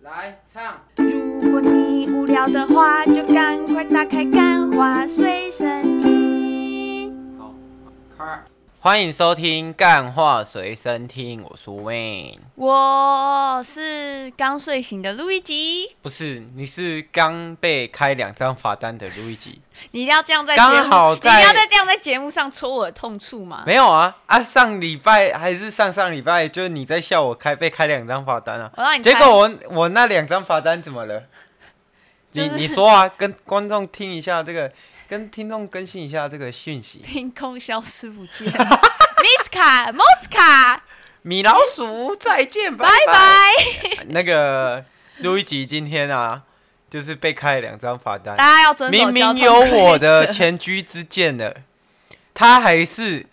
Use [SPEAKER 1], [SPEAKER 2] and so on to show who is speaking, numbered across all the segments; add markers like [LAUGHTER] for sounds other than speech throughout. [SPEAKER 1] 来唱，
[SPEAKER 2] 如果你无聊的话，就赶快打开《干花随身听》。
[SPEAKER 1] 好，开。欢迎收听《干话随身听》，我是 Wayne，
[SPEAKER 2] 我是刚睡醒的路易吉，
[SPEAKER 1] 不是，你是刚被开两张罚单的路易吉，
[SPEAKER 2] 你一定要这样在节
[SPEAKER 1] 刚
[SPEAKER 2] 目，
[SPEAKER 1] 好
[SPEAKER 2] 你一定要
[SPEAKER 1] 在
[SPEAKER 2] 在这样在节目上戳我的痛处吗？
[SPEAKER 1] 没有啊啊！上礼拜还是上上礼拜，就是你在笑我开被开两张罚单啊，
[SPEAKER 2] 我让你
[SPEAKER 1] 结
[SPEAKER 2] 猜
[SPEAKER 1] 果我我那两张罚单怎么了？
[SPEAKER 2] 就
[SPEAKER 1] 你
[SPEAKER 2] 是
[SPEAKER 1] 你说啊，跟观众听一下这个，跟听众更新一下这个讯息。
[SPEAKER 2] 凭空消失不见 [LAUGHS] ，Miska Moska，
[SPEAKER 1] 米老鼠，再见，
[SPEAKER 2] 拜
[SPEAKER 1] 拜。
[SPEAKER 2] 拜！
[SPEAKER 1] 那个路易吉今天啊，就是被开了两张罚单
[SPEAKER 2] 大，家要遵守
[SPEAKER 1] 明
[SPEAKER 2] 交
[SPEAKER 1] 明
[SPEAKER 2] 通
[SPEAKER 1] 有我的
[SPEAKER 2] [LAUGHS] 规则啊
[SPEAKER 1] 前居之鉴的，他还是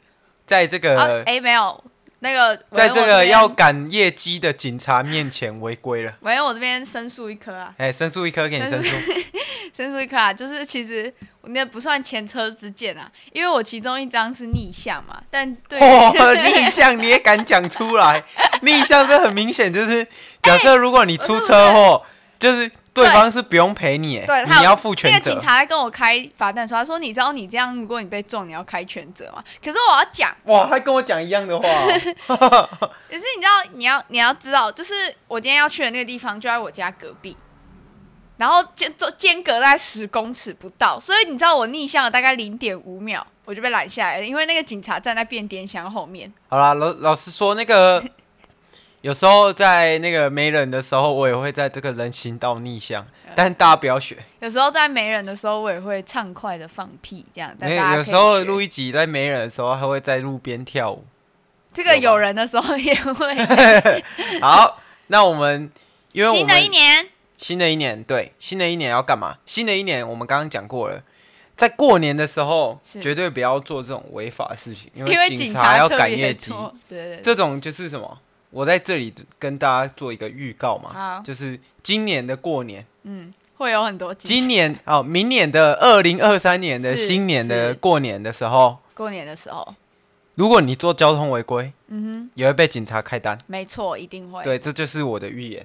[SPEAKER 1] 在这个、
[SPEAKER 2] 啊，哎、没有那个，
[SPEAKER 1] 在这
[SPEAKER 2] 我边
[SPEAKER 1] 个要赶业绩的警察面前违规了。
[SPEAKER 2] 我用我这边申诉一颗啊，
[SPEAKER 1] 哎、申诉一颗给你申
[SPEAKER 2] 申诉
[SPEAKER 1] 诉，
[SPEAKER 2] 申诉一颗啊，就是其实那不算前车之鉴啊，因为我其中一张是逆向嘛，但对
[SPEAKER 1] 哇、哦逆向你也敢讲出来？逆向这很明显
[SPEAKER 2] 哎
[SPEAKER 1] 就是，假设如果你出车祸，就是对
[SPEAKER 2] 对
[SPEAKER 1] 方是不用赔你，哎
[SPEAKER 2] 对，
[SPEAKER 1] 你
[SPEAKER 2] 他有
[SPEAKER 1] 要负全
[SPEAKER 2] 那个
[SPEAKER 1] 责
[SPEAKER 2] 警。察在跟我开罚单的时候，他说：“你知道你这样，如果你被撞，你要开全责嘛？”可是我要讲，
[SPEAKER 1] 哇，他跟我讲一样的话哦、
[SPEAKER 2] 可是你知道，你要你要知道，就是我今天要去的那个地方就在我家隔壁，然后间间间隔大概十公尺不到，所以你知道我逆向了大概零点五秒，我就被拦下来了，因为那个警察站在变电箱后面。
[SPEAKER 1] 好啦，老老实说，那
[SPEAKER 2] [LAUGHS]
[SPEAKER 1] 个有时候在那个没人的时候，我也会在这个人行道逆向，
[SPEAKER 2] 呃
[SPEAKER 1] 但大家不要学。
[SPEAKER 2] 有时候在没人的时候，我也会畅快的放屁，这样。但
[SPEAKER 1] 没
[SPEAKER 2] 大家
[SPEAKER 1] 有
[SPEAKER 2] 可
[SPEAKER 1] 有
[SPEAKER 2] 以
[SPEAKER 1] 时候
[SPEAKER 2] 学
[SPEAKER 1] 录一集在没人的时候，还会在路边跳舞。
[SPEAKER 2] 这个有人的时候也会。
[SPEAKER 1] 好， [LAUGHS] 那我们因为我
[SPEAKER 2] 新的
[SPEAKER 1] 们
[SPEAKER 2] 一年，
[SPEAKER 1] 新的一年，对，新的一年要干嘛？新的一年我们刚刚讲过了，在过年的时候
[SPEAKER 2] 是
[SPEAKER 1] 绝对不要做这种违法的事情，因
[SPEAKER 2] 因为
[SPEAKER 1] 警
[SPEAKER 2] 察
[SPEAKER 1] 要
[SPEAKER 2] 特
[SPEAKER 1] 赶
[SPEAKER 2] 别
[SPEAKER 1] 业绩。
[SPEAKER 2] 多。对对对，
[SPEAKER 1] 这种就是什么？我在这里跟大家做一个预告嘛
[SPEAKER 2] 好，
[SPEAKER 1] 就是今年的过年，
[SPEAKER 2] 会有很多警察
[SPEAKER 1] 今年哦，明年的二零二三年的
[SPEAKER 2] 是
[SPEAKER 1] 新年的
[SPEAKER 2] 是
[SPEAKER 1] 过年的时候，
[SPEAKER 2] 过年的时候，
[SPEAKER 1] 如果你做交通违规，
[SPEAKER 2] 嗯哼，
[SPEAKER 1] 也会被警察开单。
[SPEAKER 2] 没错，一定会。
[SPEAKER 1] 对，这就是我的预言，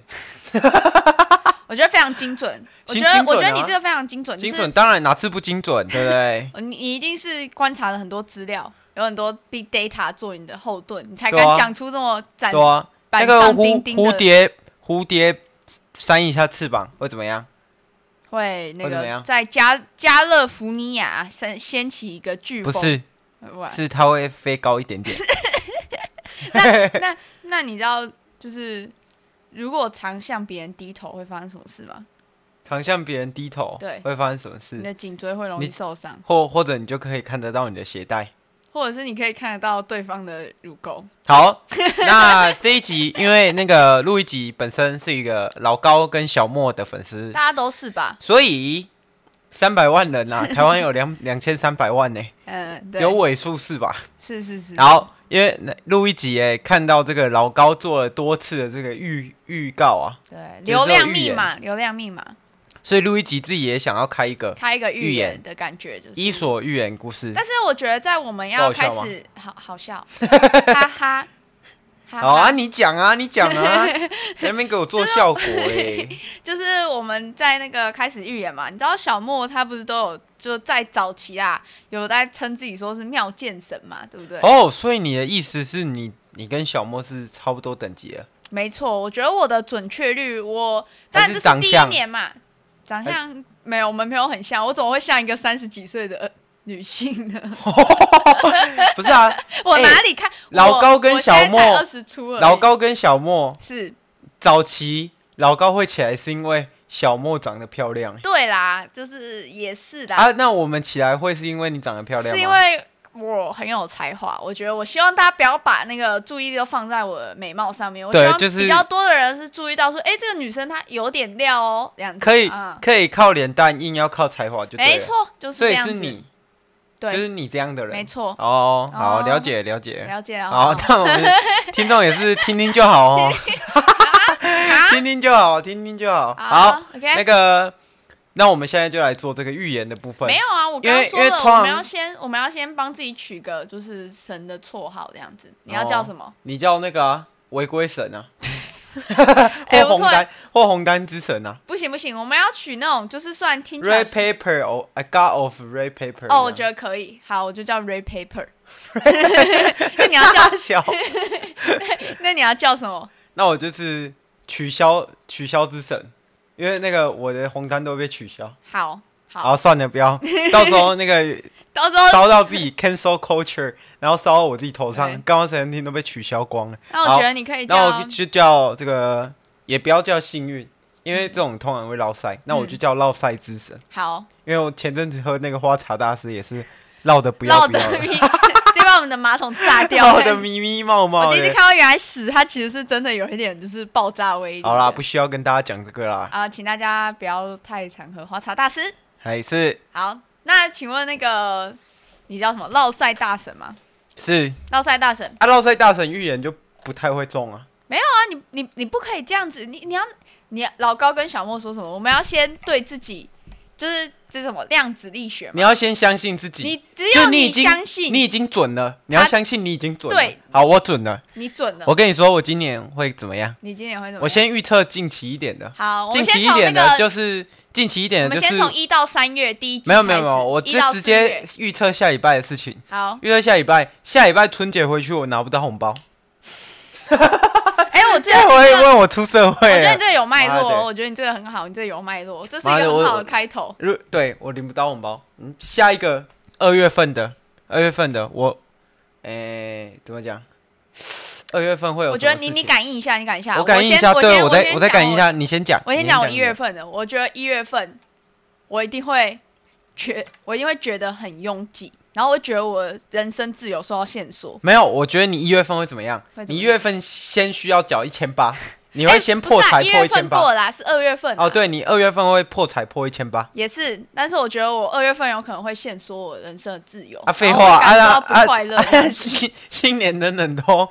[SPEAKER 2] 我觉得非常精准。我
[SPEAKER 1] 精
[SPEAKER 2] 觉得，
[SPEAKER 1] 精
[SPEAKER 2] 我
[SPEAKER 1] 准
[SPEAKER 2] 觉得你
[SPEAKER 1] 啊
[SPEAKER 2] 这个非常精准，就
[SPEAKER 1] 精
[SPEAKER 2] 是
[SPEAKER 1] 准当然哪次不精准，对不
[SPEAKER 2] [LAUGHS]
[SPEAKER 1] 对？
[SPEAKER 2] 呃你你一定是观察了很多资料，有很多 big data 做你的后盾，你才
[SPEAKER 1] 对啊
[SPEAKER 2] 敢讲出这么斩
[SPEAKER 1] 对啊，那
[SPEAKER 2] 板
[SPEAKER 1] 个
[SPEAKER 2] 上
[SPEAKER 1] 蝴
[SPEAKER 2] 钉钉
[SPEAKER 1] 蝴
[SPEAKER 2] 的。
[SPEAKER 1] 蝶蝴蝶扇一下翅膀会怎么样？
[SPEAKER 2] 会那
[SPEAKER 1] 会怎么
[SPEAKER 2] 个
[SPEAKER 1] 样
[SPEAKER 2] 在加加勒福尼亚掀掀起一个飓
[SPEAKER 1] 不
[SPEAKER 2] 风。
[SPEAKER 1] 是，
[SPEAKER 2] 哇
[SPEAKER 1] 是它会飞高一点
[SPEAKER 2] [LAUGHS]
[SPEAKER 1] 点。
[SPEAKER 2] 那那你知道就是如果常向别人低头会发生什么事吗？
[SPEAKER 1] 常向别人低头，
[SPEAKER 2] 对
[SPEAKER 1] 会发生什么
[SPEAKER 2] 你
[SPEAKER 1] 事？
[SPEAKER 2] 的颈椎会容
[SPEAKER 1] 嗯
[SPEAKER 2] 易
[SPEAKER 1] 你
[SPEAKER 2] 受伤，
[SPEAKER 1] 或或者你就可以看得到你的鞋带。
[SPEAKER 2] 或者是你可以看得到对方的乳沟。 [LAUGHS]
[SPEAKER 1] 好，那这一集因为那个录一集本身是一个老高跟小莫的粉丝，
[SPEAKER 2] [LAUGHS] 大家都是吧？
[SPEAKER 1] 所以三百万人
[SPEAKER 2] [LAUGHS]
[SPEAKER 1] 啊，台湾有两两千三百万呢、
[SPEAKER 2] 嗯，对
[SPEAKER 1] 只，有尾数是吧？
[SPEAKER 2] 是是是。
[SPEAKER 1] 然后因为那录一集哎、看到这个老高做了多次的这个预预告啊，
[SPEAKER 2] 对，
[SPEAKER 1] 就是这种
[SPEAKER 2] 流量
[SPEAKER 1] 预
[SPEAKER 2] 密
[SPEAKER 1] 言
[SPEAKER 2] 码，流量密码，
[SPEAKER 1] 所以录一集自己也想要开一个
[SPEAKER 2] 开一个
[SPEAKER 1] 预
[SPEAKER 2] 预言
[SPEAKER 1] 言
[SPEAKER 2] 的感觉，就是
[SPEAKER 1] 伊。索寓言故事。
[SPEAKER 2] 但是我觉得在我们要
[SPEAKER 1] 不好
[SPEAKER 2] 开
[SPEAKER 1] 笑吗
[SPEAKER 2] 始，好好
[SPEAKER 1] [LAUGHS]
[SPEAKER 2] 笑，哈哈，哈
[SPEAKER 1] 好啊，
[SPEAKER 2] 哈，
[SPEAKER 1] 你讲啊，你讲
[SPEAKER 2] [LAUGHS]
[SPEAKER 1] 啊，在那边给我做效果哎、
[SPEAKER 2] 就是我们在那个开始预言嘛，你知道小莫他不是都有就在早期啊，有在称自己说是妙剑神嘛，对不对？
[SPEAKER 1] 哦，所以你的意思是你你跟小莫是差不多等级了。
[SPEAKER 2] 没错，我觉得我的准确率，我但这
[SPEAKER 1] 长
[SPEAKER 2] 第一
[SPEAKER 1] 相哎
[SPEAKER 2] 年嘛，长相没有，我们没有很像，我怎么会像一个三十几岁的呃女性
[SPEAKER 1] [LAUGHS]
[SPEAKER 2] 呢？
[SPEAKER 1] 不是啊，
[SPEAKER 2] 我
[SPEAKER 1] 哎
[SPEAKER 2] 哪里看？
[SPEAKER 1] 老高跟小莫
[SPEAKER 2] 二十出而已
[SPEAKER 1] 老高跟小莫
[SPEAKER 2] 是
[SPEAKER 1] 早期老高会起来是因为小莫长得漂亮、
[SPEAKER 2] 对啦，就是也是啦，
[SPEAKER 1] 啊，那我们起来会是因为你长得漂亮吗？
[SPEAKER 2] 是因为我很有才华，我觉得我希望大家不要把那个注意力都放在我的美貌上面，我希
[SPEAKER 1] 对
[SPEAKER 2] 望
[SPEAKER 1] 就是
[SPEAKER 2] 比较多的人是注意到说，哎、这个女生她有点料哦，这样子
[SPEAKER 1] 可以、
[SPEAKER 2] 啊，
[SPEAKER 1] 可以靠脸蛋，硬要靠才华就对了。
[SPEAKER 2] 没，错，就是
[SPEAKER 1] 所
[SPEAKER 2] 这
[SPEAKER 1] 以
[SPEAKER 2] 样
[SPEAKER 1] 是
[SPEAKER 2] 子，
[SPEAKER 1] 你，就
[SPEAKER 2] 对，
[SPEAKER 1] 是你这样的人。
[SPEAKER 2] 没错，
[SPEAKER 1] 哦，好，
[SPEAKER 2] 哦
[SPEAKER 1] 了解了解。
[SPEAKER 2] 了解哦了，
[SPEAKER 1] 好，那我们听众也是听听就好
[SPEAKER 2] [LAUGHS]
[SPEAKER 1] 哦，[LAUGHS]
[SPEAKER 2] 啊
[SPEAKER 1] 听听就好，听听就好。好，
[SPEAKER 2] o
[SPEAKER 1] 那
[SPEAKER 2] k
[SPEAKER 1] 个，那我们现在就来做这个预言的部分
[SPEAKER 2] 没。有啊，我
[SPEAKER 1] 因
[SPEAKER 2] 刚刚
[SPEAKER 1] 为
[SPEAKER 2] 说
[SPEAKER 1] 因为
[SPEAKER 2] 了，
[SPEAKER 1] 通常
[SPEAKER 2] 我们要先我们要先帮自己取个
[SPEAKER 1] 哦
[SPEAKER 2] 就是神的绰号这样子，你要叫什么？
[SPEAKER 1] 你叫那个啊违、规神啊，
[SPEAKER 2] [LAUGHS] 哎
[SPEAKER 1] 或
[SPEAKER 2] 不
[SPEAKER 1] 红
[SPEAKER 2] 错
[SPEAKER 1] 单或红单之神啊
[SPEAKER 2] 不行不行，我们要取那种就是算听起来
[SPEAKER 1] ，Red Paper or I got of Red Paper
[SPEAKER 2] 哦，我觉
[SPEAKER 1] 得
[SPEAKER 2] 得可以，好，我就叫 Red Paper。那 [LAUGHS] 你要叫
[SPEAKER 1] [LAUGHS] 小，
[SPEAKER 2] 那你要叫什么？
[SPEAKER 1] 那我就是取消取消之神，因为那个我的红单都被取消。
[SPEAKER 2] 好好，
[SPEAKER 1] 好，算了，不
[SPEAKER 2] [LAUGHS]
[SPEAKER 1] 要，到时候那个
[SPEAKER 2] 到时候
[SPEAKER 1] 烧到自己 cancel culture，然后烧到我自己头上
[SPEAKER 2] 对，
[SPEAKER 1] 刚刚整天都被取消光了。
[SPEAKER 2] 那我觉得你可以
[SPEAKER 1] 那我
[SPEAKER 2] 叫
[SPEAKER 1] 就叫这个，也不要叫幸运，因为这种通常会落塞。那我就叫落塞之神，
[SPEAKER 2] 好
[SPEAKER 1] 因为我前阵子喝那个花茶大师也是落的不要
[SPEAKER 2] 绕
[SPEAKER 1] 不
[SPEAKER 2] 的
[SPEAKER 1] 要的，
[SPEAKER 2] 咪，这把我们的马桶炸 [LAUGHS] 掉。
[SPEAKER 1] 落的哦迷迷冒
[SPEAKER 2] [LAUGHS] 我
[SPEAKER 1] 冒
[SPEAKER 2] 第一次
[SPEAKER 1] 的。
[SPEAKER 2] 看到原来屎，它其实是真的有一点就是爆炸威力的。
[SPEAKER 1] 好啦，不需要跟大家讲这个啦，
[SPEAKER 2] 啊，请大家不要太常喝花茶大师。
[SPEAKER 1] 还哎是
[SPEAKER 2] 好，那请问那个你叫什么？绕赛大神吗？
[SPEAKER 1] 是
[SPEAKER 2] 绕赛大神
[SPEAKER 1] 啊，落塞大神预言就不太会中啊。
[SPEAKER 2] 啊，你你你不可以这样子，你你要你要老高跟小莫说什么？我们要先对自己，就是这什么量子力学
[SPEAKER 1] 你
[SPEAKER 2] 嘛？
[SPEAKER 1] 要先相信自己，
[SPEAKER 2] 你只
[SPEAKER 1] 就
[SPEAKER 2] 有
[SPEAKER 1] 你已经
[SPEAKER 2] 相信
[SPEAKER 1] 你已经准了，你要
[SPEAKER 2] 他
[SPEAKER 1] 相信你已经准了。
[SPEAKER 2] 对，
[SPEAKER 1] 好，我准了。
[SPEAKER 2] 你准了
[SPEAKER 1] 我，跟你说，我今年会怎么样？
[SPEAKER 2] 你今年会怎么样？
[SPEAKER 1] 我先预测近期一点的，
[SPEAKER 2] 好，我
[SPEAKER 1] 近
[SPEAKER 2] 们先
[SPEAKER 1] 期一
[SPEAKER 2] 从那
[SPEAKER 1] 点的
[SPEAKER 2] 个，
[SPEAKER 1] 就是近期一
[SPEAKER 2] 我
[SPEAKER 1] 点的
[SPEAKER 2] 们
[SPEAKER 1] 就
[SPEAKER 2] 先
[SPEAKER 1] 是
[SPEAKER 2] 从一到三月第一季
[SPEAKER 1] 没有没有
[SPEAKER 2] 开
[SPEAKER 1] 没
[SPEAKER 2] 始
[SPEAKER 1] 有，我
[SPEAKER 2] 一
[SPEAKER 1] 就
[SPEAKER 2] 到
[SPEAKER 1] 直
[SPEAKER 2] 四
[SPEAKER 1] 接
[SPEAKER 2] 月
[SPEAKER 1] 预测下礼拜的事情， [LAUGHS]
[SPEAKER 2] 好。
[SPEAKER 1] 预测下礼拜，下礼拜春节回去我拿不到红包，
[SPEAKER 2] 哎，我觉
[SPEAKER 1] 因为我
[SPEAKER 2] 得你这
[SPEAKER 1] 会
[SPEAKER 2] 个，
[SPEAKER 1] 问我出社
[SPEAKER 2] 我
[SPEAKER 1] 会
[SPEAKER 2] 觉得你
[SPEAKER 1] 了，
[SPEAKER 2] 这个有脉
[SPEAKER 1] 妈的
[SPEAKER 2] 络，我觉得你这个很好，你这个有脉络，这是一
[SPEAKER 1] 妈的
[SPEAKER 2] 个
[SPEAKER 1] 我
[SPEAKER 2] 很好
[SPEAKER 1] 我
[SPEAKER 2] 的开头。
[SPEAKER 1] 如对我领不到红包，嗯，下一个二月份的，二月份的我，诶、怎么讲？二月份会有
[SPEAKER 2] 我
[SPEAKER 1] 什么
[SPEAKER 2] 觉
[SPEAKER 1] 事
[SPEAKER 2] 得
[SPEAKER 1] 情？
[SPEAKER 2] 你你感应一下，你感应一下，
[SPEAKER 1] 我感应一
[SPEAKER 2] 先
[SPEAKER 1] 下，
[SPEAKER 2] 我
[SPEAKER 1] 对
[SPEAKER 2] 先
[SPEAKER 1] 再我再感应一
[SPEAKER 2] 讲
[SPEAKER 1] 下，你先讲，
[SPEAKER 2] 我先
[SPEAKER 1] 你
[SPEAKER 2] 讲我
[SPEAKER 1] 你
[SPEAKER 2] 一月份的，我觉得一月份我一定会觉，我一定会觉得很拥挤，然后我觉得我人生自由受到限缩。
[SPEAKER 1] 没有，我觉得你一月份会怎么样？
[SPEAKER 2] 会怎么样哎
[SPEAKER 1] 你一月份先需要缴一千
[SPEAKER 2] [LAUGHS]
[SPEAKER 1] 八，你
[SPEAKER 2] 你
[SPEAKER 1] 会先破财
[SPEAKER 2] 啊一
[SPEAKER 1] 破
[SPEAKER 2] 月
[SPEAKER 1] 一千
[SPEAKER 2] 份
[SPEAKER 1] 八。
[SPEAKER 2] 过了啦，是二月份啊
[SPEAKER 1] 哦，，对，你二月份会破财破一千八
[SPEAKER 2] 也是。但是我觉得我二月份有可能会限缩我人生的自由
[SPEAKER 1] 啊！废
[SPEAKER 2] 哦然后我
[SPEAKER 1] 话
[SPEAKER 2] 感
[SPEAKER 1] 啊
[SPEAKER 2] 受到
[SPEAKER 1] 啊
[SPEAKER 2] 不快乐。
[SPEAKER 1] [LAUGHS] 啊！新新年等等都会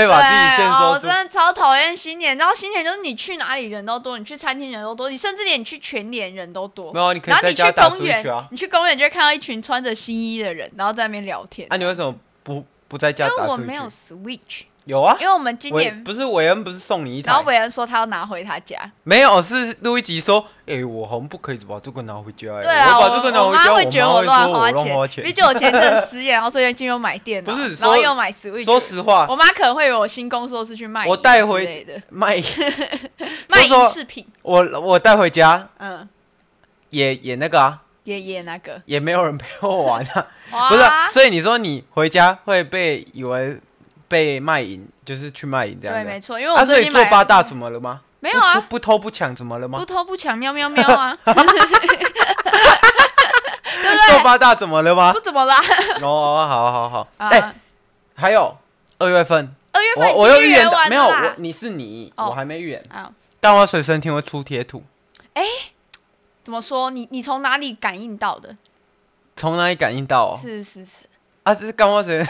[SPEAKER 2] 对
[SPEAKER 1] 把自己限
[SPEAKER 2] 哦
[SPEAKER 1] 缩，
[SPEAKER 2] 真
[SPEAKER 1] 住。
[SPEAKER 2] 的超讨厌新年。然后新年就是你去哪里人都多，你去餐厅人都多，你甚至连你去全联人都多。
[SPEAKER 1] 没有，你可以
[SPEAKER 2] 然后
[SPEAKER 1] 在
[SPEAKER 2] 你去
[SPEAKER 1] 家打
[SPEAKER 2] 公
[SPEAKER 1] Switch 啊
[SPEAKER 2] 园。，你去公园就会看到一群穿着新衣的人，然后在那边聊天。
[SPEAKER 1] 啊，你为什么不不在
[SPEAKER 2] 因
[SPEAKER 1] 家打 Switch？
[SPEAKER 2] 为我没有 Switch，
[SPEAKER 1] 有啊，
[SPEAKER 2] 因为我们今
[SPEAKER 1] 韦
[SPEAKER 2] 年，
[SPEAKER 1] 不是韦恩不是送你一
[SPEAKER 2] 然后
[SPEAKER 1] 台？
[SPEAKER 2] 伟恩说他要拿回他家，
[SPEAKER 1] 没有，是录一集说，哎，我好像不可以把这个拿回家，
[SPEAKER 2] 对
[SPEAKER 1] 哎
[SPEAKER 2] 啦，
[SPEAKER 1] 我把这个拿
[SPEAKER 2] 我
[SPEAKER 1] 回
[SPEAKER 2] 妈
[SPEAKER 1] 家，
[SPEAKER 2] 会觉得
[SPEAKER 1] 我妈
[SPEAKER 2] 乱
[SPEAKER 1] 会说我
[SPEAKER 2] 钱，
[SPEAKER 1] 乱花
[SPEAKER 2] 毕
[SPEAKER 1] 钱。
[SPEAKER 2] 竟我前阵失业，然后最近又买电脑，
[SPEAKER 1] 不是
[SPEAKER 2] 然后
[SPEAKER 1] 说
[SPEAKER 2] 又买 Switch，
[SPEAKER 1] 说实话，
[SPEAKER 2] 我妈可能会以为我新工作室去卖淫
[SPEAKER 1] 我带回
[SPEAKER 2] 之类的， [LAUGHS]
[SPEAKER 1] 卖
[SPEAKER 2] 卖
[SPEAKER 1] 说
[SPEAKER 2] 淫
[SPEAKER 1] 说
[SPEAKER 2] 饰品，
[SPEAKER 1] 我我带回家
[SPEAKER 2] 嗯，
[SPEAKER 1] 也也那个啊，
[SPEAKER 2] 爷爷那个，
[SPEAKER 1] 也没有人陪我玩
[SPEAKER 2] [LAUGHS]
[SPEAKER 1] 啊，
[SPEAKER 2] 哇
[SPEAKER 1] 不是啊、所以你说你回家会被以为被卖淫，就是去卖淫这样
[SPEAKER 2] 对，
[SPEAKER 1] 的。
[SPEAKER 2] 没错，因为
[SPEAKER 1] 啊，
[SPEAKER 2] 我
[SPEAKER 1] 所
[SPEAKER 2] 最
[SPEAKER 1] 以
[SPEAKER 2] 近
[SPEAKER 1] 做
[SPEAKER 2] 买
[SPEAKER 1] 八大怎么了吗？
[SPEAKER 2] 没有啊
[SPEAKER 1] 不，出不偷不抢怎么了吗
[SPEAKER 2] 不？偷不抢，喵喵喵啊， [LAUGHS] 对不
[SPEAKER 1] 做
[SPEAKER 2] [LAUGHS] 对？
[SPEAKER 1] 八大怎么了吗
[SPEAKER 2] 不？怎么啦，
[SPEAKER 1] 哦，好好好，
[SPEAKER 2] [LAUGHS]
[SPEAKER 1] [LAUGHS]
[SPEAKER 2] 啊
[SPEAKER 1] 哎、还有二月份，
[SPEAKER 2] 二月份
[SPEAKER 1] 我我又预言
[SPEAKER 2] 到
[SPEAKER 1] 到没有，我你是你，
[SPEAKER 2] 哦
[SPEAKER 1] 我还没预言。
[SPEAKER 2] 啊，
[SPEAKER 1] 但我水生听会出贴图，
[SPEAKER 2] 怎么说？你你从哪里感应到的？
[SPEAKER 1] 从哪里感应到、哦？
[SPEAKER 2] 是是是，
[SPEAKER 1] 啊，这是干花水， [LAUGHS]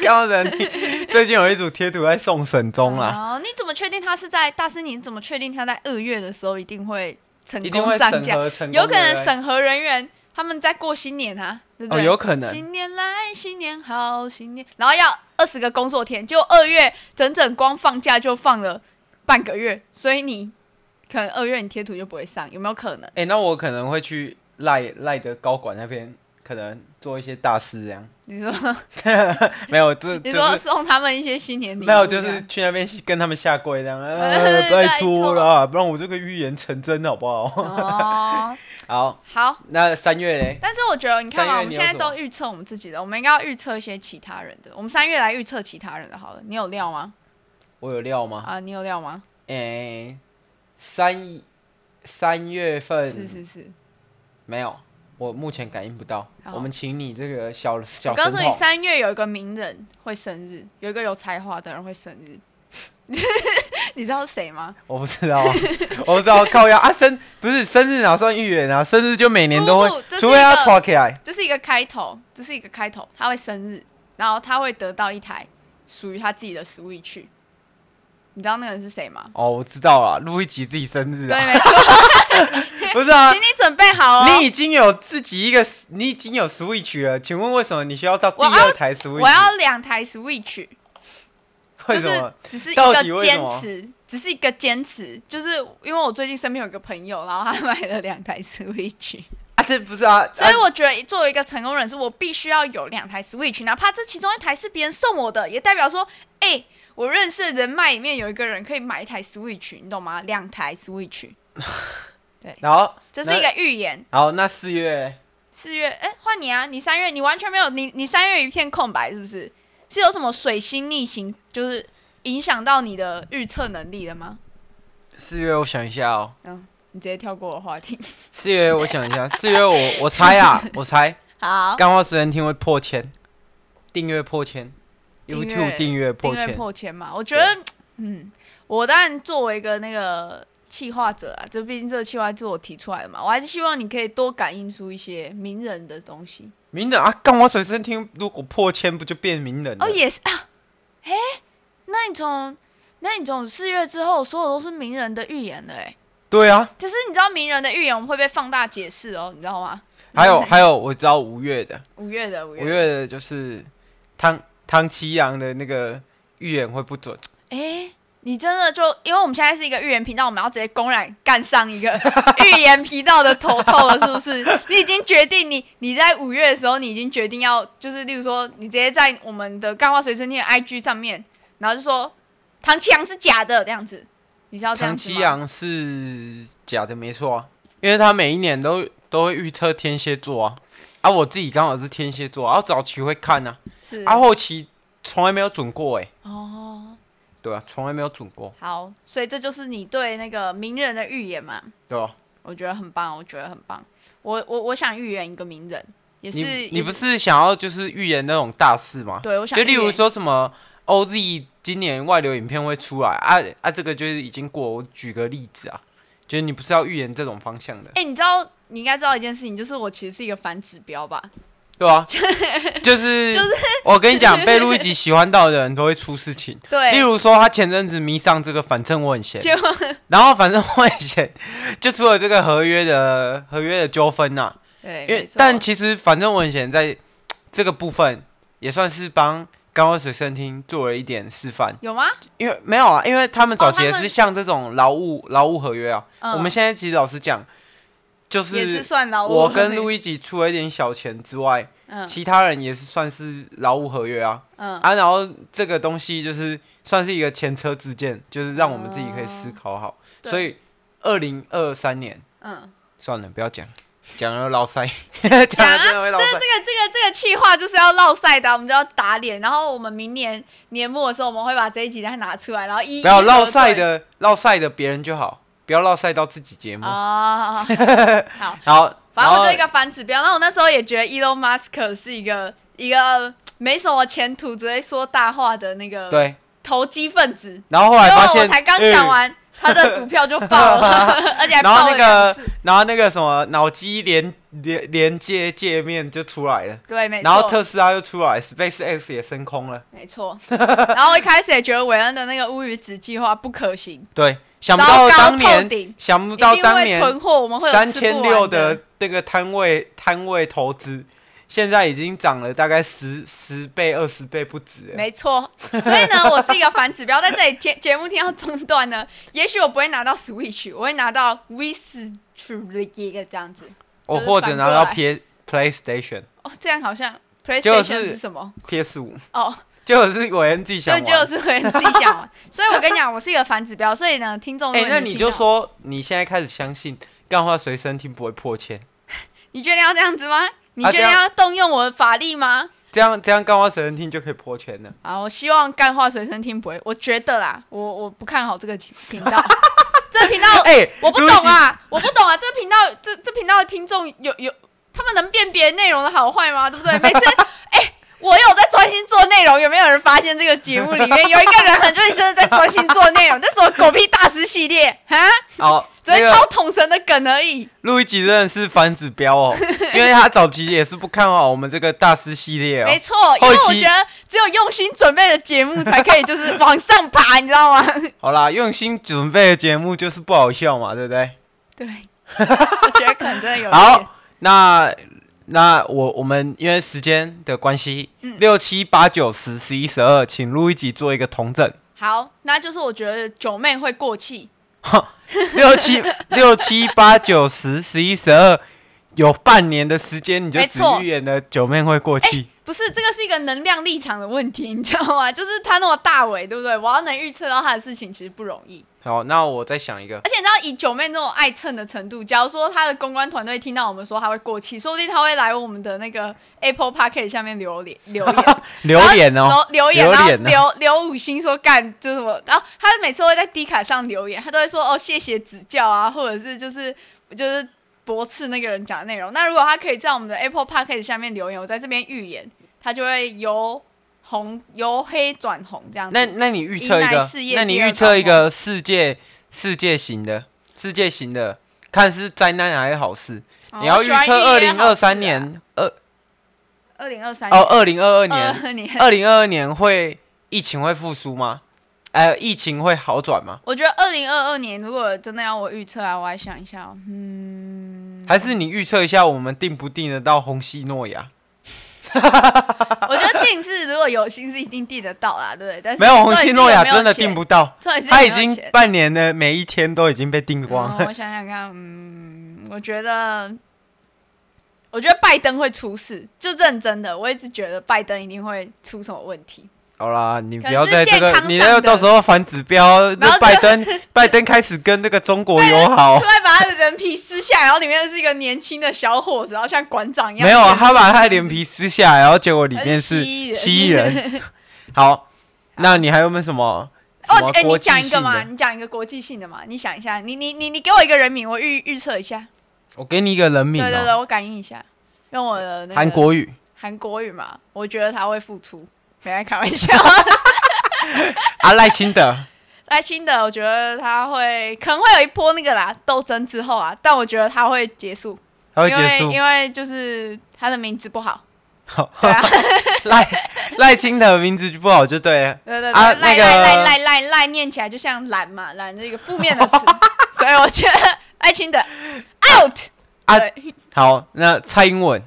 [SPEAKER 1] 干花水，你 [LAUGHS] 最近有一组贴图在送啊沈中啦。
[SPEAKER 2] 哦，你怎么确定他是在大师？你怎么确定他在二月的时候一定会成
[SPEAKER 1] 一定
[SPEAKER 2] 功
[SPEAKER 1] 会
[SPEAKER 2] 上
[SPEAKER 1] 审
[SPEAKER 2] 架？
[SPEAKER 1] 核成功，
[SPEAKER 2] 有可
[SPEAKER 1] 对不
[SPEAKER 2] 能
[SPEAKER 1] 对
[SPEAKER 2] 审核人员他们在过新年啊，对不
[SPEAKER 1] 哦，
[SPEAKER 2] 对？
[SPEAKER 1] 有可能
[SPEAKER 2] 新年来，新年好，新年，然后要二十个工作天，就二月整整光放假就放了半个月，所以你可能二月你贴图就不会上，有没有可能？
[SPEAKER 1] 哎、那我可能会去赖赖的高管那边，可能做一些大事这样。
[SPEAKER 2] 你说， [LAUGHS]
[SPEAKER 1] 没有，这
[SPEAKER 2] 你
[SPEAKER 1] 就
[SPEAKER 2] 说
[SPEAKER 1] 是
[SPEAKER 2] 送他们一些新年礼物这
[SPEAKER 1] 没
[SPEAKER 2] 样，
[SPEAKER 1] 有，就是去那边跟他们下跪这样。
[SPEAKER 2] [LAUGHS]
[SPEAKER 1] 呃，
[SPEAKER 2] 呃
[SPEAKER 1] 拜
[SPEAKER 2] 啊拜
[SPEAKER 1] 托
[SPEAKER 2] 托
[SPEAKER 1] 啦，不然我这个预言成真好不好？
[SPEAKER 2] 哦，
[SPEAKER 1] [LAUGHS] 好，
[SPEAKER 2] 好。
[SPEAKER 1] 那三月嘞，
[SPEAKER 2] 但是我觉得，你
[SPEAKER 1] 三
[SPEAKER 2] 看嘛，
[SPEAKER 1] 月
[SPEAKER 2] 我们
[SPEAKER 1] 你有
[SPEAKER 2] 现在
[SPEAKER 1] 什么
[SPEAKER 2] 都预测我们自己的，我们应该要预测一些其他人的。我们三月来预测其他人的好了，你有料吗？
[SPEAKER 1] 我有料吗？
[SPEAKER 2] 啊，你有料吗？
[SPEAKER 1] 哎、三三月份
[SPEAKER 2] 是是是，
[SPEAKER 1] 啊没有，我目前感应不到。
[SPEAKER 2] 好
[SPEAKER 1] 我们请你这个小
[SPEAKER 2] 我
[SPEAKER 1] 小
[SPEAKER 2] 告
[SPEAKER 1] 神
[SPEAKER 2] 诉你，
[SPEAKER 1] 童，
[SPEAKER 2] 三月有一个名人会生日，有一个有才华的人会生日， [LAUGHS] 你知道是谁吗？
[SPEAKER 1] 我不知道啊，我不知道靠呀啊生不是生日哪算预言啊？生日就每年都会
[SPEAKER 2] 不不，这是
[SPEAKER 1] 除非
[SPEAKER 2] 一
[SPEAKER 1] 他
[SPEAKER 2] 个
[SPEAKER 1] 抓起来。
[SPEAKER 2] 这是一个开头，这是一个开头，他会生日，然后他会得到一台属于他自己的 Switch。你知道那个人是谁吗？
[SPEAKER 1] 哦，我知道了，录一集自己生日
[SPEAKER 2] 对，
[SPEAKER 1] 啊，
[SPEAKER 2] 没错，
[SPEAKER 1] 不是啊
[SPEAKER 2] 请，你准备
[SPEAKER 1] [LAUGHS]
[SPEAKER 2] 好
[SPEAKER 1] 你
[SPEAKER 2] 哦。
[SPEAKER 1] 已经有自己一个，你已经有 Switch 了，请问为什么你需要到第
[SPEAKER 2] 我要
[SPEAKER 1] 二台 Switch？
[SPEAKER 2] 我要两台 Switch，
[SPEAKER 1] 为什
[SPEAKER 2] 就是
[SPEAKER 1] 么？
[SPEAKER 2] 只是一
[SPEAKER 1] 到底
[SPEAKER 2] 个
[SPEAKER 1] 为什
[SPEAKER 2] 坚
[SPEAKER 1] 么
[SPEAKER 2] 持，只是一个坚持，就是因为我最近身边有一个朋友，然后他 [LAUGHS] 买了两台 Switch，
[SPEAKER 1] 啊，这不是啊，
[SPEAKER 2] 所以
[SPEAKER 1] 啊
[SPEAKER 2] 我觉得作为一个成功人士，我必须要有两台 Switch，哪怕这其中一台是别人送我的，也代表说，哎、我认识的人脉里面有一个人可以买一台 Switch，你懂吗？两台 Switch，
[SPEAKER 1] 然后
[SPEAKER 2] 这是一个预言。
[SPEAKER 1] 然后那四月
[SPEAKER 2] 四月，哎、换你啊！你三月，你完全没有，你你三月一片空白，是不是？是有什么水星逆行，就是影响到你的预测能力了吗？
[SPEAKER 1] 四月我想一下哦，
[SPEAKER 2] 你直接跳过我话题。
[SPEAKER 1] 四月我想一下， [LAUGHS] 四月我我猜
[SPEAKER 2] [LAUGHS]
[SPEAKER 1] 啊，我猜
[SPEAKER 2] 好，
[SPEAKER 1] 干话时间听会破千，订阅破千
[SPEAKER 2] 订阅
[SPEAKER 1] ，YouTube 订阅
[SPEAKER 2] 订
[SPEAKER 1] 破
[SPEAKER 2] 阅
[SPEAKER 1] 千，
[SPEAKER 2] 破千嘛，我觉得，嗯，我当然作为一个那个企划者啊，这毕竟这个企划是我提出来的嘛，我还是希望你可以多感应出一些名人的东西。
[SPEAKER 1] 名人啊，干话时间听如果破千不就变名人了？
[SPEAKER 2] 哦，也是啊，哎、那你从那你从四月之后，所有都是名人的预言了、哎。
[SPEAKER 1] 对啊，
[SPEAKER 2] 可是你知道名人的预言我们会被放大解释哦，你知道吗？
[SPEAKER 1] 还有还有我知道五月的，
[SPEAKER 2] 五月的五
[SPEAKER 1] 五
[SPEAKER 2] 月，
[SPEAKER 1] 月的就是汤汤七阳的那个预言会不准，
[SPEAKER 2] 哎、你真的就因为我们现在是一个预言频道，我们要直接公然干上一个 [LAUGHS] 预言频道的头头了，是不是？你已经决定你你在五月的时候，你已经决定要就是，例如说你直接在我们的干话随身听的 IG 上面，然后就说唐奇阳是假的这样子，你是哦要这样
[SPEAKER 1] 唐
[SPEAKER 2] 子
[SPEAKER 1] 七
[SPEAKER 2] 吗？
[SPEAKER 1] 阳是假的，没错啊，因为他每一年都都会预测天蝎座啊，啊，我自己刚好是天蝎座啊，然后早期会看啊，
[SPEAKER 2] 是
[SPEAKER 1] 啊，后期从来没有准过哎、
[SPEAKER 2] 哦，
[SPEAKER 1] 对啊，从来没有准过，
[SPEAKER 2] 好，所以这就是你对那个名人的预言嘛？
[SPEAKER 1] 对吧、
[SPEAKER 2] 我觉得很棒，我觉得很棒。我我我想预言一个名人，也是
[SPEAKER 1] 你你不
[SPEAKER 2] 也
[SPEAKER 1] 是想要就是预言那种大事吗？
[SPEAKER 2] 对我想
[SPEAKER 1] 就例
[SPEAKER 2] 预
[SPEAKER 1] 如
[SPEAKER 2] 言
[SPEAKER 1] 说什么 OZ 今年外流影片会出来啊啊，这个就是已经过。我举个例子啊，就是你不是要预言这种方向的，
[SPEAKER 2] 哎、你知道你应该知道一件事情，就是我其实是一个反指标吧？
[SPEAKER 1] 对
[SPEAKER 2] [LAUGHS]
[SPEAKER 1] 啊，就是
[SPEAKER 2] 就是
[SPEAKER 1] 我跟你讲，被录一集喜欢到的人都会出事情。例
[SPEAKER 2] 对，
[SPEAKER 1] 如说，他前阵子迷上这个，反正我很闲，
[SPEAKER 2] 结果
[SPEAKER 1] [LAUGHS] 然后反正我很闲，就出了这个合约的合约的纠纷呐、啊
[SPEAKER 2] 对，
[SPEAKER 1] 因
[SPEAKER 2] 哎没
[SPEAKER 1] 为
[SPEAKER 2] 错
[SPEAKER 1] 但其实反正文贤在这个部分也算是帮刚刚水声厅做了一点示范，
[SPEAKER 2] 有吗？
[SPEAKER 1] 因为没有啊，因为他们早期
[SPEAKER 2] 哦
[SPEAKER 1] 也
[SPEAKER 2] 他们
[SPEAKER 1] 是像这种劳务劳务合约啊，
[SPEAKER 2] 嗯，
[SPEAKER 1] 我们现在其实老实讲，就
[SPEAKER 2] 也是
[SPEAKER 1] 是
[SPEAKER 2] 算劳务
[SPEAKER 1] 我跟
[SPEAKER 2] 合
[SPEAKER 1] 路
[SPEAKER 2] 约，
[SPEAKER 1] 易吉出了一点小钱之外，
[SPEAKER 2] 嗯
[SPEAKER 1] 其他人也是算是劳务合约啊
[SPEAKER 2] 嗯，
[SPEAKER 1] 啊，然后这个东西就是算是一个前车之鉴，就是让我们自己可以思考好，
[SPEAKER 2] 哦对
[SPEAKER 1] 所以二零二三年。
[SPEAKER 2] 嗯，
[SPEAKER 1] 算了，不要讲，讲了老塞， [LAUGHS] 讲了真的会老
[SPEAKER 2] 啊这
[SPEAKER 1] 塞
[SPEAKER 2] 这。个这个这个气话就是要落赛的啊，我们就要打脸，然后我们明年年末的时候，我们会把这一集再拿出来，然后一一
[SPEAKER 1] 不要
[SPEAKER 2] 核
[SPEAKER 1] 落赛
[SPEAKER 2] 对
[SPEAKER 1] 的，落赛的别人就好，不要落赛到自己节目。 [LAUGHS]
[SPEAKER 2] 啊。
[SPEAKER 1] 好，
[SPEAKER 2] 反正我就一
[SPEAKER 1] 然后
[SPEAKER 2] 个反指标。那我那时候也觉得 Elon Musk 是一个一个没什么前途，只会说大话的那个
[SPEAKER 1] 对，
[SPEAKER 2] 投机分子。
[SPEAKER 1] 然后后来
[SPEAKER 2] 结
[SPEAKER 1] 发
[SPEAKER 2] 果
[SPEAKER 1] 现，
[SPEAKER 2] 我才刚讲
[SPEAKER 1] 嗯
[SPEAKER 2] 完，他的股票就爆
[SPEAKER 1] [LAUGHS]
[SPEAKER 2] 了，而且还
[SPEAKER 1] 然
[SPEAKER 2] 爆
[SPEAKER 1] 后那
[SPEAKER 2] 了两
[SPEAKER 1] 个
[SPEAKER 2] 次。，
[SPEAKER 1] 嗯然后那个什么脑机连连连接界面就出来了，
[SPEAKER 2] 对，没
[SPEAKER 1] 然后
[SPEAKER 2] 错，
[SPEAKER 1] 特斯拉又出来，Space X 也升空了。
[SPEAKER 2] 没错。然后我一开始也觉得韦恩的那个乌鱼子计划不可行，
[SPEAKER 1] 对，想不
[SPEAKER 2] 糟
[SPEAKER 1] 到
[SPEAKER 2] 糕
[SPEAKER 1] 当
[SPEAKER 2] 透
[SPEAKER 1] 年，
[SPEAKER 2] 顶，
[SPEAKER 1] 想不
[SPEAKER 2] 一
[SPEAKER 1] 到
[SPEAKER 2] 定
[SPEAKER 1] 当
[SPEAKER 2] 会
[SPEAKER 1] 年
[SPEAKER 2] 囤货，我们会有
[SPEAKER 1] 三
[SPEAKER 2] 吃不
[SPEAKER 1] 千
[SPEAKER 2] 完
[SPEAKER 1] 六的。那个摊位摊位投资，现在已经涨了大概十十倍二十倍不止了。
[SPEAKER 2] 没错，所以呢，我是一个反指标，在这里听节目听到中段呢，也许我不会拿到 Switch，我会拿到 v i s t r i 一个这样子。
[SPEAKER 1] 我
[SPEAKER 2] 就是
[SPEAKER 1] 或者
[SPEAKER 2] 反
[SPEAKER 1] 拿
[SPEAKER 2] 过
[SPEAKER 1] 到
[SPEAKER 2] 来
[SPEAKER 1] P PlayStation
[SPEAKER 2] 哦，这样好像 PlayStation
[SPEAKER 1] 就是
[SPEAKER 2] 是什么？
[SPEAKER 1] PS 五，
[SPEAKER 2] 哦，
[SPEAKER 1] 就是我自己想
[SPEAKER 2] 对，
[SPEAKER 1] 玩。
[SPEAKER 2] 就是会自己想玩。所以我跟你讲，我是一个反指标，所以呢，听众，
[SPEAKER 1] 哎、那
[SPEAKER 2] 你
[SPEAKER 1] 你
[SPEAKER 2] 听到
[SPEAKER 1] 就，说你现在开始相信干话随身听不会破千，
[SPEAKER 2] 你决定要这样子吗？你
[SPEAKER 1] 啊
[SPEAKER 2] 决定
[SPEAKER 1] 这样
[SPEAKER 2] 要动用我的法力吗？
[SPEAKER 1] 这样这样干话随身听就可以破千了。
[SPEAKER 2] 啊，我希望干话随身听不会，我觉得啦，我我不看好这个频
[SPEAKER 1] [LAUGHS]
[SPEAKER 2] 道，这频道
[SPEAKER 1] 哎、
[SPEAKER 2] [LAUGHS] 我不
[SPEAKER 1] 录一
[SPEAKER 2] 懂
[SPEAKER 1] 集，
[SPEAKER 2] 啊，我不懂啊，这频道这这频道的听众有有，他们能辨别内容的好坏吗？对不对？
[SPEAKER 1] [LAUGHS]
[SPEAKER 2] 每次哎、我有在专心做内容，有没有人发现这个节目里面有一个人很认真的在专心做内容？这是我狗屁大师系列啊， [LAUGHS]
[SPEAKER 1] 好，
[SPEAKER 2] 只
[SPEAKER 1] 那
[SPEAKER 2] 会抄
[SPEAKER 1] 个
[SPEAKER 2] 统神的梗而已。
[SPEAKER 1] 录一集真的是反指标
[SPEAKER 2] [LAUGHS]
[SPEAKER 1] 哦，因为他早期也是不看好我们这个大师系列哦
[SPEAKER 2] 没。错，因为
[SPEAKER 1] 后
[SPEAKER 2] 我
[SPEAKER 1] 期
[SPEAKER 2] 觉得只有用心准备的节目才可以，就是往上爬，你知
[SPEAKER 1] [LAUGHS]
[SPEAKER 2] 道吗？
[SPEAKER 1] 好啦，用心准备的节目就是不好笑嘛，对不对？
[SPEAKER 2] 对，我觉得可能真的有一点
[SPEAKER 1] 好，那那我我们因
[SPEAKER 2] 嗯
[SPEAKER 1] 为时间的关系，六七八九十十一十二，请录一集做一个同整。 [LAUGHS]
[SPEAKER 2] 好，那就是我觉得九妹会过气，
[SPEAKER 1] 六七六七八九十十一十二，有半年的时间，你就
[SPEAKER 2] 没
[SPEAKER 1] 只
[SPEAKER 2] 错
[SPEAKER 1] 预演了九妹会过气。
[SPEAKER 2] 不是这个是一个能量立场的问题，你知道吗？ [LAUGHS] 就是他那么大尾，对不对？我要能预测到他的事情，其实不容易。
[SPEAKER 1] 好，那我再想一个，
[SPEAKER 2] 而且你知道，以九妹那种爱蹭的程度，假如说她的公关团队听到我们说她会过气，说不定她会来我们的那个 Apple p a c k e t 下面留言留言
[SPEAKER 1] 榴莲
[SPEAKER 2] 然
[SPEAKER 1] 哦，
[SPEAKER 2] 后留留言，
[SPEAKER 1] 留
[SPEAKER 2] 然后
[SPEAKER 1] 言呢
[SPEAKER 2] 留留五星说干就是什么，然后她每次会在 D 卡上留言，她都会说哦谢谢指教啊，或者是就是就是驳斥那个人讲的内容。那如果她可以在我们的 Apple p a c k e t 下面留言，我在这边预言，她就会由红由黑转红这样子。
[SPEAKER 1] 那那你预测一
[SPEAKER 2] 迎来
[SPEAKER 1] 个
[SPEAKER 2] 事业，
[SPEAKER 1] 那你
[SPEAKER 2] 第二
[SPEAKER 1] 预测一个世界世界型的世界型的，看是灾难还是好事？
[SPEAKER 2] 哦
[SPEAKER 1] 你要
[SPEAKER 2] 我
[SPEAKER 1] 预
[SPEAKER 2] 喜欢
[SPEAKER 1] 测二零二三
[SPEAKER 2] 预言好事啊，
[SPEAKER 1] 年
[SPEAKER 2] 呃
[SPEAKER 1] 二
[SPEAKER 2] 二零二三
[SPEAKER 1] 哦，二零二二年，
[SPEAKER 2] 二 [LAUGHS] 年
[SPEAKER 1] 二零二二年会疫情会复苏吗？呃，疫情会好转吗？
[SPEAKER 2] 我觉得二零二二年如果真的要我预测啊，我还想一下、哦，嗯，
[SPEAKER 1] 还是你预测一下我们定不定得到红西诺亚？
[SPEAKER 2] 我觉得定是如果有心是一定定得到啦，对不对？但是
[SPEAKER 1] 没有，红
[SPEAKER 2] 重点
[SPEAKER 1] 西
[SPEAKER 2] 是
[SPEAKER 1] 诺亚
[SPEAKER 2] 没有
[SPEAKER 1] 真的
[SPEAKER 2] 钱
[SPEAKER 1] 定，不到，
[SPEAKER 2] 重点是
[SPEAKER 1] 他
[SPEAKER 2] 有
[SPEAKER 1] 已
[SPEAKER 2] 没有
[SPEAKER 1] 经
[SPEAKER 2] 钱
[SPEAKER 1] 半年的每一天都已经被定光
[SPEAKER 2] 嗯
[SPEAKER 1] 了。
[SPEAKER 2] 我想想看，嗯，我觉得，我觉得拜登会出事，就认真的，我一直觉得拜登一定会出什么问题。
[SPEAKER 1] 好啦，你
[SPEAKER 2] 可
[SPEAKER 1] 不要
[SPEAKER 2] 是
[SPEAKER 1] 在这
[SPEAKER 2] 健
[SPEAKER 1] 个
[SPEAKER 2] 康，
[SPEAKER 1] 你
[SPEAKER 2] 上
[SPEAKER 1] 那
[SPEAKER 2] 的
[SPEAKER 1] 个到时候反指标，
[SPEAKER 2] 然后
[SPEAKER 1] 那拜
[SPEAKER 2] [LAUGHS]
[SPEAKER 1] 登拜登开始跟那个中国友好
[SPEAKER 2] 突，然把他的人皮撕下来，然后里面是一个年轻的小伙子，然后像馆长一样。
[SPEAKER 1] 没有啊，他把他的脸皮撕下来，然后结果里
[SPEAKER 2] 他
[SPEAKER 1] 面
[SPEAKER 2] 是
[SPEAKER 1] 是
[SPEAKER 2] 蜥蜴人
[SPEAKER 1] 蜥蜴人。好，那你还有没有什么？什
[SPEAKER 2] 哦
[SPEAKER 1] 么，
[SPEAKER 2] 哎、你
[SPEAKER 1] 国际
[SPEAKER 2] 讲一个
[SPEAKER 1] 性
[SPEAKER 2] 嘛，
[SPEAKER 1] 的
[SPEAKER 2] 你讲一个国际性的嘛，你想一下，你你你你给我一个人名，我预预测一下。
[SPEAKER 1] 我给你一个人名
[SPEAKER 2] 对对
[SPEAKER 1] 哦，
[SPEAKER 2] 对，我感应一下，用我的那个
[SPEAKER 1] 韩国语
[SPEAKER 2] 韩国语嘛，我觉得他会付出，没在开玩笑。
[SPEAKER 1] [LAUGHS] 啊，赖清德。
[SPEAKER 2] 赖清德，我觉得他会可能会有一波那个啦斗争之后啊，但我觉得他会结束，
[SPEAKER 1] 他会
[SPEAKER 2] 因
[SPEAKER 1] 结
[SPEAKER 2] 为
[SPEAKER 1] 束
[SPEAKER 2] 因为就是他的名字不好，
[SPEAKER 1] 好
[SPEAKER 2] 对啊，
[SPEAKER 1] 赖赖清德名字就不好就对了。
[SPEAKER 2] 对对对，
[SPEAKER 1] 啊
[SPEAKER 2] 赖
[SPEAKER 1] 那
[SPEAKER 2] 赖
[SPEAKER 1] 个
[SPEAKER 2] 赖赖赖赖念起来就像懒嘛，懒是一个负面的词，所以我觉得赖清德 out
[SPEAKER 1] 啊
[SPEAKER 2] 对
[SPEAKER 1] 好，那蔡英文，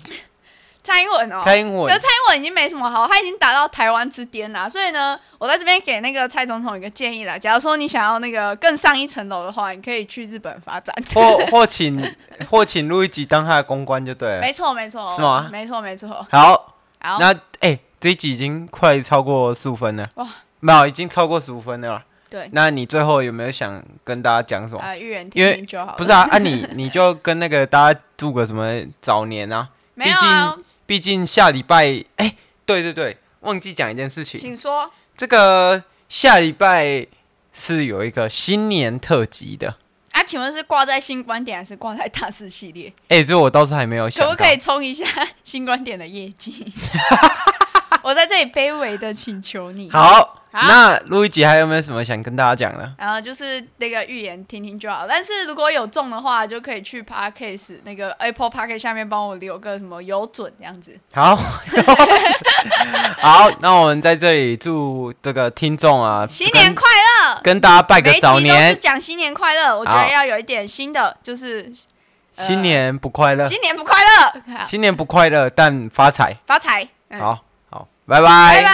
[SPEAKER 2] 蔡英文哦，
[SPEAKER 1] 蔡英
[SPEAKER 2] 可是
[SPEAKER 1] 文
[SPEAKER 2] 蔡英文已经没什么好，他已经达到台湾之巅啦。所以呢，我在这边给那个蔡总统一个建议啦。假如说你想要那个更上一层楼的话，你可以去日本发展。
[SPEAKER 1] 或或请 [LAUGHS] 或请录一集当他的公关就对了。
[SPEAKER 2] 没错，没错，
[SPEAKER 1] 是吗
[SPEAKER 2] 没错，没错。
[SPEAKER 1] 好，
[SPEAKER 2] 好，
[SPEAKER 1] 那哎、这一集已经快超过十五分了。
[SPEAKER 2] 哇哎
[SPEAKER 1] 没有，已经超过十五分了啦。
[SPEAKER 2] 对，
[SPEAKER 1] 那你最后有没有想跟大家讲什么？
[SPEAKER 2] 啊，预言
[SPEAKER 1] 因为
[SPEAKER 2] 听听就好了。
[SPEAKER 1] 不是啊，啊你 [LAUGHS] 你就跟那个大家祝个什么早年啊？
[SPEAKER 2] 没有啊，
[SPEAKER 1] 毕竟下礼拜，哎、对对对，忘记讲一件事情，
[SPEAKER 2] 请说。
[SPEAKER 1] 这个下礼拜是有一个新年特辑的。
[SPEAKER 2] 啊，请问是挂在新观点还是挂在大师系列？
[SPEAKER 1] 哎、这我倒是还没有想
[SPEAKER 2] 可
[SPEAKER 1] 到。
[SPEAKER 2] 不可以冲一下 [LAUGHS] 新观点的业绩？ [LAUGHS] 我在这里卑微的请求你。
[SPEAKER 1] 好，那录一集还有没有什么想跟大家讲的？
[SPEAKER 2] 然后就是那个预言听听就好，但是如果有中的话，就可以去 Parkcase 那个 Apple Park 下面帮我留个什么有准这样子。
[SPEAKER 1] 好， [LAUGHS] 好，那我们在这里祝这个听众啊，
[SPEAKER 2] 新年快乐！
[SPEAKER 1] 跟跟大家拜个
[SPEAKER 2] 每一集
[SPEAKER 1] 早
[SPEAKER 2] 都是
[SPEAKER 1] 年，
[SPEAKER 2] 讲新年快乐，我觉
[SPEAKER 1] 好
[SPEAKER 2] 得要有一点新的，就是、呃
[SPEAKER 1] 新年不快乐，
[SPEAKER 2] 新年不快乐，好
[SPEAKER 1] 新年不快乐，但发财。
[SPEAKER 2] 发财。嗯，
[SPEAKER 1] 好好，拜
[SPEAKER 2] 拜拜。